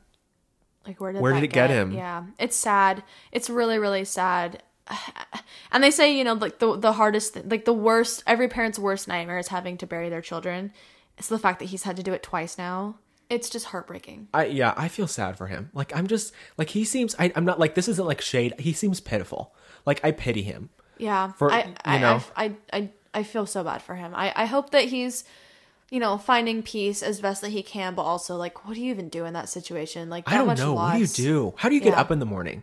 S2: Like where did
S1: Where did
S2: that
S1: it get him?
S2: Yeah, it's sad. It's really really sad. <sighs> And they say you know like the the hardest th- like the worst every parent's worst nightmare is having to bury their children. It's the fact that he's had to do it twice now. It's just heartbreaking.
S1: I yeah, I feel sad for him. Like I'm just like he seems. I, I'm not like this isn't like shade. He seems pitiful. Like I pity him.
S2: Yeah.
S1: For-
S2: I,
S1: you
S2: I,
S1: know.
S2: I, I, I, I feel so bad for him. I, I hope that he's, you know, finding peace as best that he can, but also like, what do you even do in that situation? Like,
S1: I
S2: that
S1: don't
S2: much
S1: know.
S2: Loss.
S1: What do you do? How do you get
S2: Yeah.
S1: up in the morning?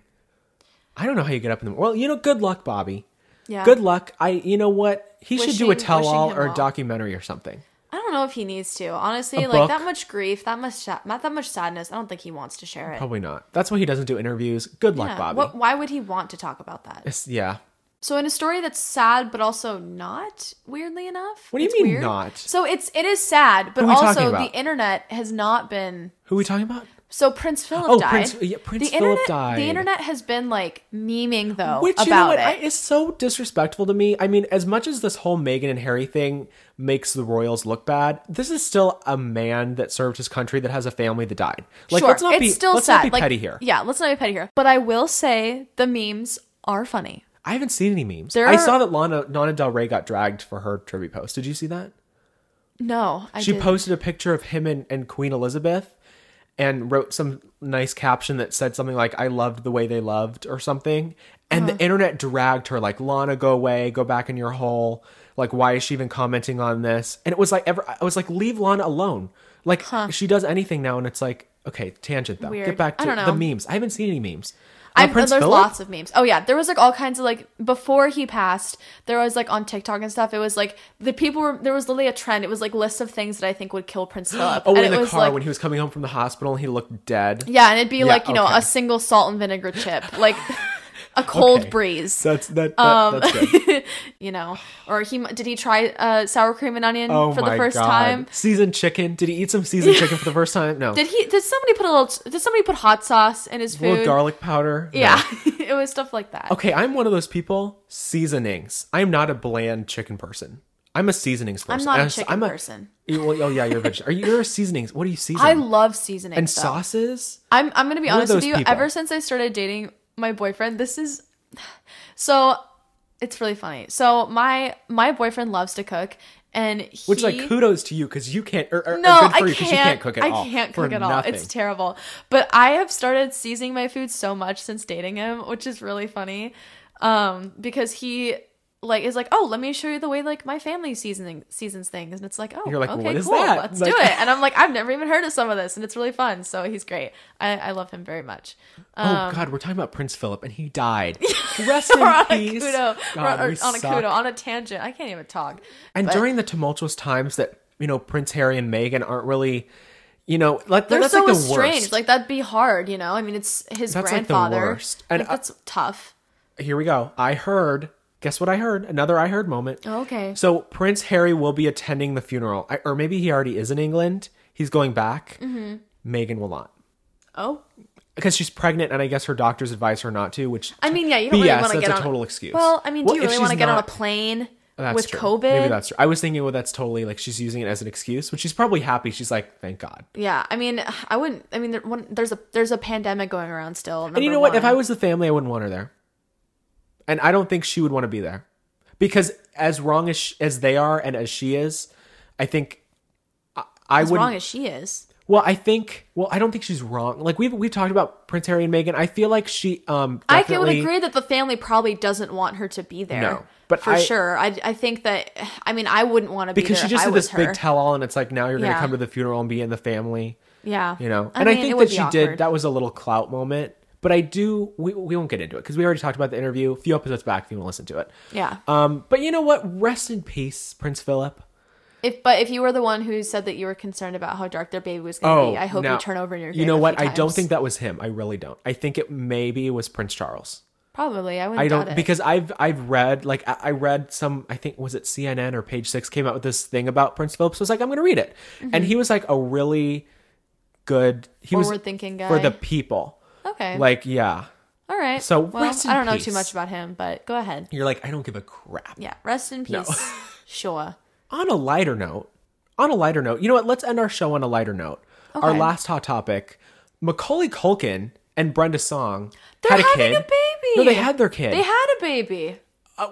S1: I don't know how you get up in the morning. Well, you know, good luck, Bobby.
S2: Yeah.
S1: Good luck. I. You know what? He should do a
S2: Wishing- wishing
S1: tell-all
S2: him
S1: or a
S2: well.
S1: documentary or something.
S2: I don't know if he needs to. Honestly,
S1: A
S2: like that
S1: book?
S2: much grief, that much, sa- not that much sadness. I don't think he wants to share it.
S1: Probably not. That's why he doesn't do interviews. Good luck,
S2: Yeah.
S1: Bobby.
S2: What, why would he want to talk about that?
S1: It's- yeah.
S2: So in a story that's sad but also not, weirdly enough.
S1: What do you
S2: it's
S1: mean
S2: weird.
S1: not?
S2: So it's it is sad, but
S1: Who are we talking
S2: also
S1: about?
S2: the internet has not been
S1: Who are we talking about?
S2: so Prince Philip
S1: Oh,
S2: died.
S1: Prince- yeah, Prince
S2: the
S1: Philip
S2: internet,
S1: died.
S2: The internet has been like memeing though
S1: Which
S2: about
S1: you know what?
S2: it.
S1: I, it's so disrespectful to me. I mean, as much as this whole Meghan and Harry thing makes the royals look bad, this is still a man that served his country that has a family that died. Like,
S2: sure,
S1: let's not
S2: it's
S1: be
S2: still
S1: let's
S2: sad.
S1: not be
S2: like,
S1: petty here.
S2: Yeah, let's not be petty here. But I will say the memes are funny.
S1: I haven't seen any memes.
S2: There
S1: I
S2: are-
S1: saw that Lana Lana Del Rey got dragged for her tribute post. Did you see that?
S2: No, I
S1: she
S2: didn't.
S1: posted a picture of him and, and Queen Elizabeth and wrote some nice caption that said something like, I loved the way they loved or something. And
S2: Uh-huh.
S1: the internet dragged her, like, Lana, go away, go back in your hole. Like, why is she even commenting on this? And it was like, ever, I was like, leave Lana alone. Like, she does anything now. And it's like, okay, tangent though. Get
S2: Weird.
S1: back
S2: I
S1: to
S2: don't
S1: the
S2: know.
S1: memes. I haven't seen any memes. Uh,
S2: I've,
S1: Prince
S2: there's
S1: Philip?
S2: lots of memes. Oh yeah, there was like all kinds of like before he passed. There was like on TikTok and stuff. It was like the people were there was literally a trend. It was like lists of things that I think would kill Prince Philip.
S1: <gasps> Oh,
S2: and
S1: in
S2: it
S1: the
S2: was
S1: car
S2: like
S1: when he was coming home from the hospital, he looked dead.
S2: yeah, and it'd be like you know
S1: okay.
S2: a single salt and vinegar chip, like <laughs> a
S1: <laughs>
S2: cold
S1: Okay.
S2: breeze.
S1: That's that. that
S2: Um,
S1: that's good.
S2: <laughs> you know, or he mu- did he try uh, sour cream and onion
S1: Oh
S2: for
S1: my
S2: the first
S1: God.
S2: time?
S1: Seasoned chicken. Did he eat some
S2: <laughs>
S1: seasoned chicken for the first time? No.
S2: Did he? Did somebody put a little? Did somebody put hot sauce in his
S1: a little
S2: food?
S1: garlic powder. No.
S2: Yeah, <laughs> it was stuff like that.
S1: Okay, I'm one of those people. Seasonings. I'm not a bland chicken person. I'm a seasonings person.
S2: I'm not
S1: And
S2: a
S1: I'm s-
S2: chicken
S1: I'm
S2: person.
S1: You- well, oh yeah, you're a veg- Are you? You're a seasonings. What do you season?
S2: <laughs> I love seasoning
S1: and
S2: though.
S1: sauces.
S2: I'm I'm gonna be honest with
S1: those
S2: you.
S1: people.
S2: Ever since I started dating my boyfriend, this is <sighs> so it's really funny. So my my boyfriend loves to cook, and he,
S1: Which like kudos to you because you can't. Or, or,
S2: no,
S1: or good
S2: I
S1: for you
S2: can't.
S1: 'cause you can't cook at
S2: I
S1: all.
S2: can't
S1: for
S2: cook at all.
S1: nothing.
S2: It's terrible. But I have started seasoning my food so much since dating him, which is really funny, um, because he like is like, oh, let me show you the way like my family seasoning seasons things, and it's like, oh,
S1: You're like,
S2: okay,
S1: what is
S2: cool,
S1: that?
S2: let's
S1: Like-
S2: do it. And I'm like, I've never even heard of some of this, and it's really fun. So he's great. I, I love him very much.
S1: Oh God, we're talking about Prince Philip and he
S2: <laughs>
S1: died. Rest
S2: um, We're on
S1: in
S2: a
S1: peace.
S2: kudo, we're
S1: God,
S2: on- or
S1: we
S2: on a
S1: suck.
S2: kudo, on a tangent. I can't even talk.
S1: And
S2: But-
S1: during the tumultuous times that you know Prince Harry and Meghan aren't really, you know, like
S2: They're
S1: that's
S2: so
S1: like the
S2: estranged.
S1: worst.
S2: Like that'd be hard, you know. I mean, it's his
S1: That's, like, the
S2: grandfather.
S1: worst. And
S2: Like,
S1: I-
S2: that's tough.
S1: Here we go. I heard. Guess what I heard? Another I heard moment.
S2: Oh, Okay.
S1: So Prince Harry will be attending the funeral, I, or maybe he already is in England. He's going back. Mm-hmm. Megan will not
S2: Oh,
S1: because she's pregnant, and I guess her doctors advise her not to. Which
S2: I mean, yeah, you don't really
S1: BS,
S2: want to
S1: that's
S2: get
S1: a
S2: on
S1: total excuse.
S2: Well, I mean, do
S1: Well,
S2: you
S1: if
S2: really want to
S1: she's
S2: get on a
S1: not- Oh,
S2: plane
S1: that's
S2: with
S1: true.
S2: COVID?
S1: maybe that's true. I was thinking, well, that's totally like she's using it as an excuse, which she's probably happy. She's like, thank God.
S2: yeah, I mean, I wouldn't. I mean, there, one, there's a there's a pandemic going around still.
S1: And you
S2: number
S1: know what? If
S2: one.
S1: I was the family, I wouldn't want her there. And I don't think she would want to be there. Because as wrong as, sh as they are and as she is, I think I, I
S2: as
S1: wouldn't.
S2: wrong as she is,
S1: well, I think, well, I don't think she's wrong. Like we've, we've talked about Prince Harry and Meghan. I feel like she, um,
S2: I can- would
S1: definitely-
S2: agree that the family probably doesn't want her to be there.
S1: No, but
S2: for
S1: I-
S2: sure, I I think that I mean I wouldn't want to be
S1: because
S2: there
S1: she just
S2: if I
S1: did
S2: was
S1: this
S2: her.
S1: big tell all and it's like, now you're going to
S2: Yeah.
S1: come to the funeral and be in the family,
S2: yeah,
S1: you know?
S2: I
S1: and
S2: mean,
S1: I
S2: it
S1: think
S2: would
S1: that
S2: be
S1: she
S2: awkward.
S1: did, that was a little clout moment, but I do, we, we won't get into it because we already talked about the interview a few episodes back if you want to listen to it.
S2: Yeah,
S1: Um, but you know what? Rest in peace, Prince Philip.
S2: if but if you were the one who said that you were concerned about how dark their baby was going to
S1: Oh,
S2: be, I hope
S1: now-
S2: you turn over in your.
S1: You know what? I don't think that was him. I really don't. I think it maybe was Prince Charles.
S2: probably. I wouldn't
S1: I
S2: doubt
S1: don't
S2: it.
S1: because I've I've read like I I read some I think was it CNN or Page Six came out with this thing about Prince Philip. So I was like, I'm going to read it,
S2: Mm-hmm.
S1: and he was like a really good he was
S2: Forward-thinking guy.
S1: for the people.
S2: okay,
S1: Like yeah,
S2: all right.
S1: so
S2: well,
S1: rest in
S2: I don't know
S1: peace.
S2: too much about him, but go ahead.
S1: you're like I don't give a crap.
S2: Yeah, rest in peace.
S1: <laughs>
S2: sure.
S1: On a lighter note, on a lighter note, you know what? Let's end our show on a lighter note. Our
S2: Okay.
S1: last hot topic: Macaulay Culkin and Brenda Song
S2: They're
S1: had a
S2: having
S1: kid.
S2: a baby.
S1: No, they had their kid. uh,
S2: They had a baby.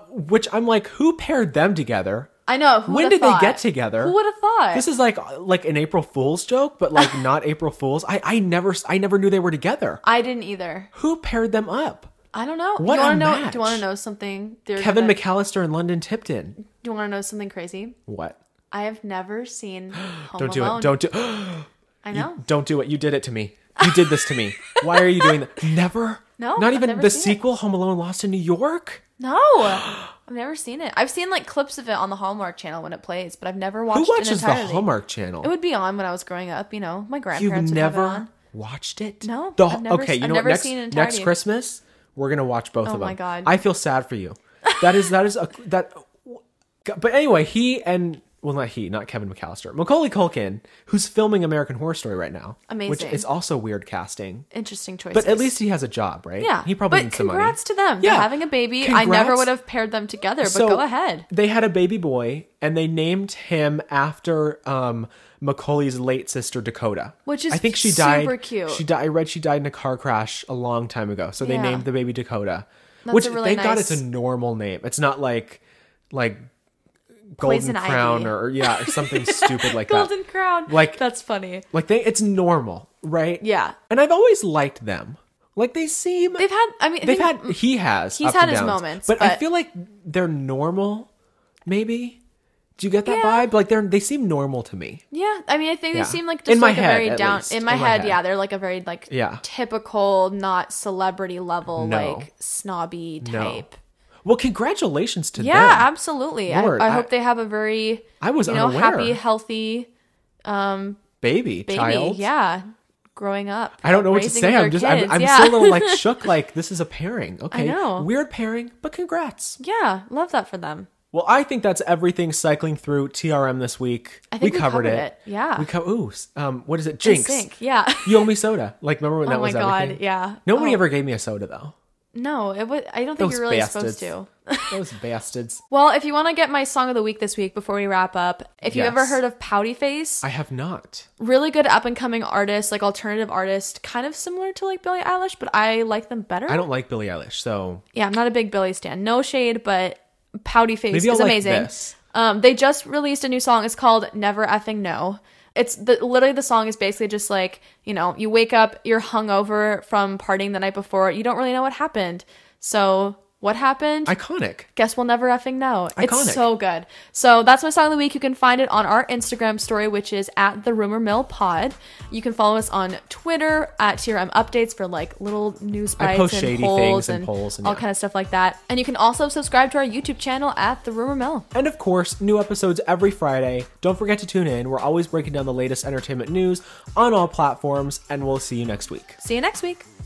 S1: which I'm like, who paired them together?
S2: I know. Who
S1: When
S2: would've
S1: did
S2: thought?
S1: they get together?
S2: Who would have thought?
S1: This is like like an April Fool's joke, but
S2: <laughs>
S1: like not April Fool's. I I never I never knew they were together.
S2: I didn't either.
S1: Who paired them up?
S2: I don't know.
S1: What
S2: you
S1: a
S2: want to know?
S1: match.
S2: Do you want to know something? There's
S1: Kevin
S2: a-
S1: McAllister and London Tipton.
S2: Do you want to know something crazy?
S1: What?
S2: I have never seen
S1: <gasps>
S2: Home
S1: Don't do
S2: Alone.
S1: it. Don't do
S2: I know.
S1: Don't do it. You did it to me. You did this to me. Why are you doing that? Never.
S2: <laughs> No,
S1: Not
S2: I've
S1: even
S2: never
S1: the
S2: seen it.
S1: sequel, Home Alone Lost in New York. <gasps>
S2: No, I've never seen it. I've seen like clips of it on the Hallmark Channel when it plays, but I've never watched.
S1: Who
S2: it
S1: watches the
S2: entirely.
S1: Hallmark Channel?
S2: It would be on when I was growing up. You know, my grandparents
S1: You've
S2: would
S1: never
S2: have it on.
S1: watched it?
S2: No,
S1: The,
S2: I've never-
S1: okay, you
S2: I've
S1: know
S2: never
S1: what? Next,
S2: seen
S1: next
S2: it entirety.
S1: Christmas, we're gonna watch both of them.
S2: my God.
S1: I feel sad for you. That is that is a that. But anyway, he and well, not he, not Kevin McAllister, Macaulay Culkin, who's filming American Horror Story right now, which
S2: Amazing.
S1: is also weird casting.
S2: Interesting choice.
S1: But at least he has a job, right?
S2: yeah,
S1: he probably
S2: But
S1: needs some money.
S2: congrats to them. Yeah,
S1: Yeah.
S2: having a baby. I never
S1: Congrats.
S2: would have paired them together. But
S1: So,
S2: go ahead.
S1: They had a baby boy, and they named him after um, Macaulay's late sister Dakota,
S2: Which is
S1: I think she died.
S2: super cute.
S1: She died. I read she died in a car crash a long time ago, so they
S2: Yeah.
S1: named the baby Dakota.
S2: That's
S1: which
S2: a really
S1: thank God
S2: nice-
S1: it's a normal name. It's not like like Golden
S2: Poison Ivy.
S1: Crown or yeah or
S2: <laughs>
S1: something stupid like that.
S2: Golden Crown.
S1: Like-
S2: that's funny.
S1: Like they, it's normal, right?
S2: Yeah.
S1: And I've always liked them. Like they seem
S2: They've had. I mean, mm, I
S1: they've
S2: think-
S1: had he has
S2: he's
S1: ups and
S2: had his
S1: downs.
S2: moments,
S1: but, i
S2: but-
S1: feel like they're normal maybe do you get that
S2: Yeah.
S1: vibe like they're they seem normal to me
S2: Yeah, I mean, I think
S1: Yeah.
S2: they seem like
S1: In
S2: just
S1: my
S2: like
S1: head,
S2: a very
S1: at
S2: down
S1: least.
S2: in my,
S1: In my
S2: head,
S1: head.
S2: Yeah, they're like a very like
S1: Yeah.
S2: typical, not celebrity level,
S1: No.
S2: like snobby
S1: No.
S2: type.
S1: well congratulations to
S2: Yeah,
S1: them
S2: absolutely. I-
S1: Lord,
S2: I,
S1: I-
S2: hope they have a very
S1: I was
S2: you know
S1: unaware.
S2: happy, healthy
S1: baby,
S2: baby.
S1: child
S2: Yeah, growing up.
S1: i don't know what to
S2: raising
S1: say
S2: their
S1: i'm just i'm,
S2: kids.
S1: I'm
S2: yeah.
S1: still a little like shook like this is a pairing okay
S2: know.
S1: weird pairing but congrats
S2: <laughs> yeah, love that for them.
S1: well i think that's everything cycling through trm this week
S2: I think
S1: we covered, it.
S2: Yeah.
S1: we co- ooh s- um what is it jinx
S2: Sync. Yeah.
S1: you owe me soda like remember when that
S2: oh my
S1: was
S2: god.
S1: everything
S2: Yeah.
S1: nobody
S2: Oh,
S1: ever gave me a soda though
S2: No, it was. I don't think
S1: Those
S2: you're really
S1: bastards.
S2: supposed
S1: <laughs>
S2: to.
S1: those bastards
S2: Well, if you want to get my song of the week this week before we wrap up, if you ever
S1: Yes.
S2: heard of Pouty Face,
S1: i have not
S2: really good up and coming artist, like alternative artist, kind of similar to like Billie Eilish, but I like them better.
S1: I don't like Billie Eilish, so
S2: yeah, I'm not a big Billie stan. No shade, but Pouty Face
S1: maybe I'll
S2: is
S1: like
S2: amazing.
S1: this.
S2: Um, they just released a new song. It's called Never Effing No. It's the literally the song is basically just like you know you wake up you're hungover from partying the night before you don't really know what happened. So what happened?
S1: Iconic.
S2: guess we'll never effing know.
S1: Iconic.
S2: It's so good. So that's my song of the week. You can find it on our Instagram story, which is at the rumor mill pod. You can follow us on Twitter at TRM updates for like little news bites
S1: post
S2: and
S1: shady
S2: polls
S1: things and
S2: and,
S1: polls and
S2: all
S1: yeah.
S2: kind of stuff like that. And you can also subscribe to our YouTube channel at the rumor mill.
S1: And of course, new episodes every Friday. Don't forget to tune in. We're always breaking down the latest entertainment news on all platforms, and we'll see you next week.
S2: See you next week.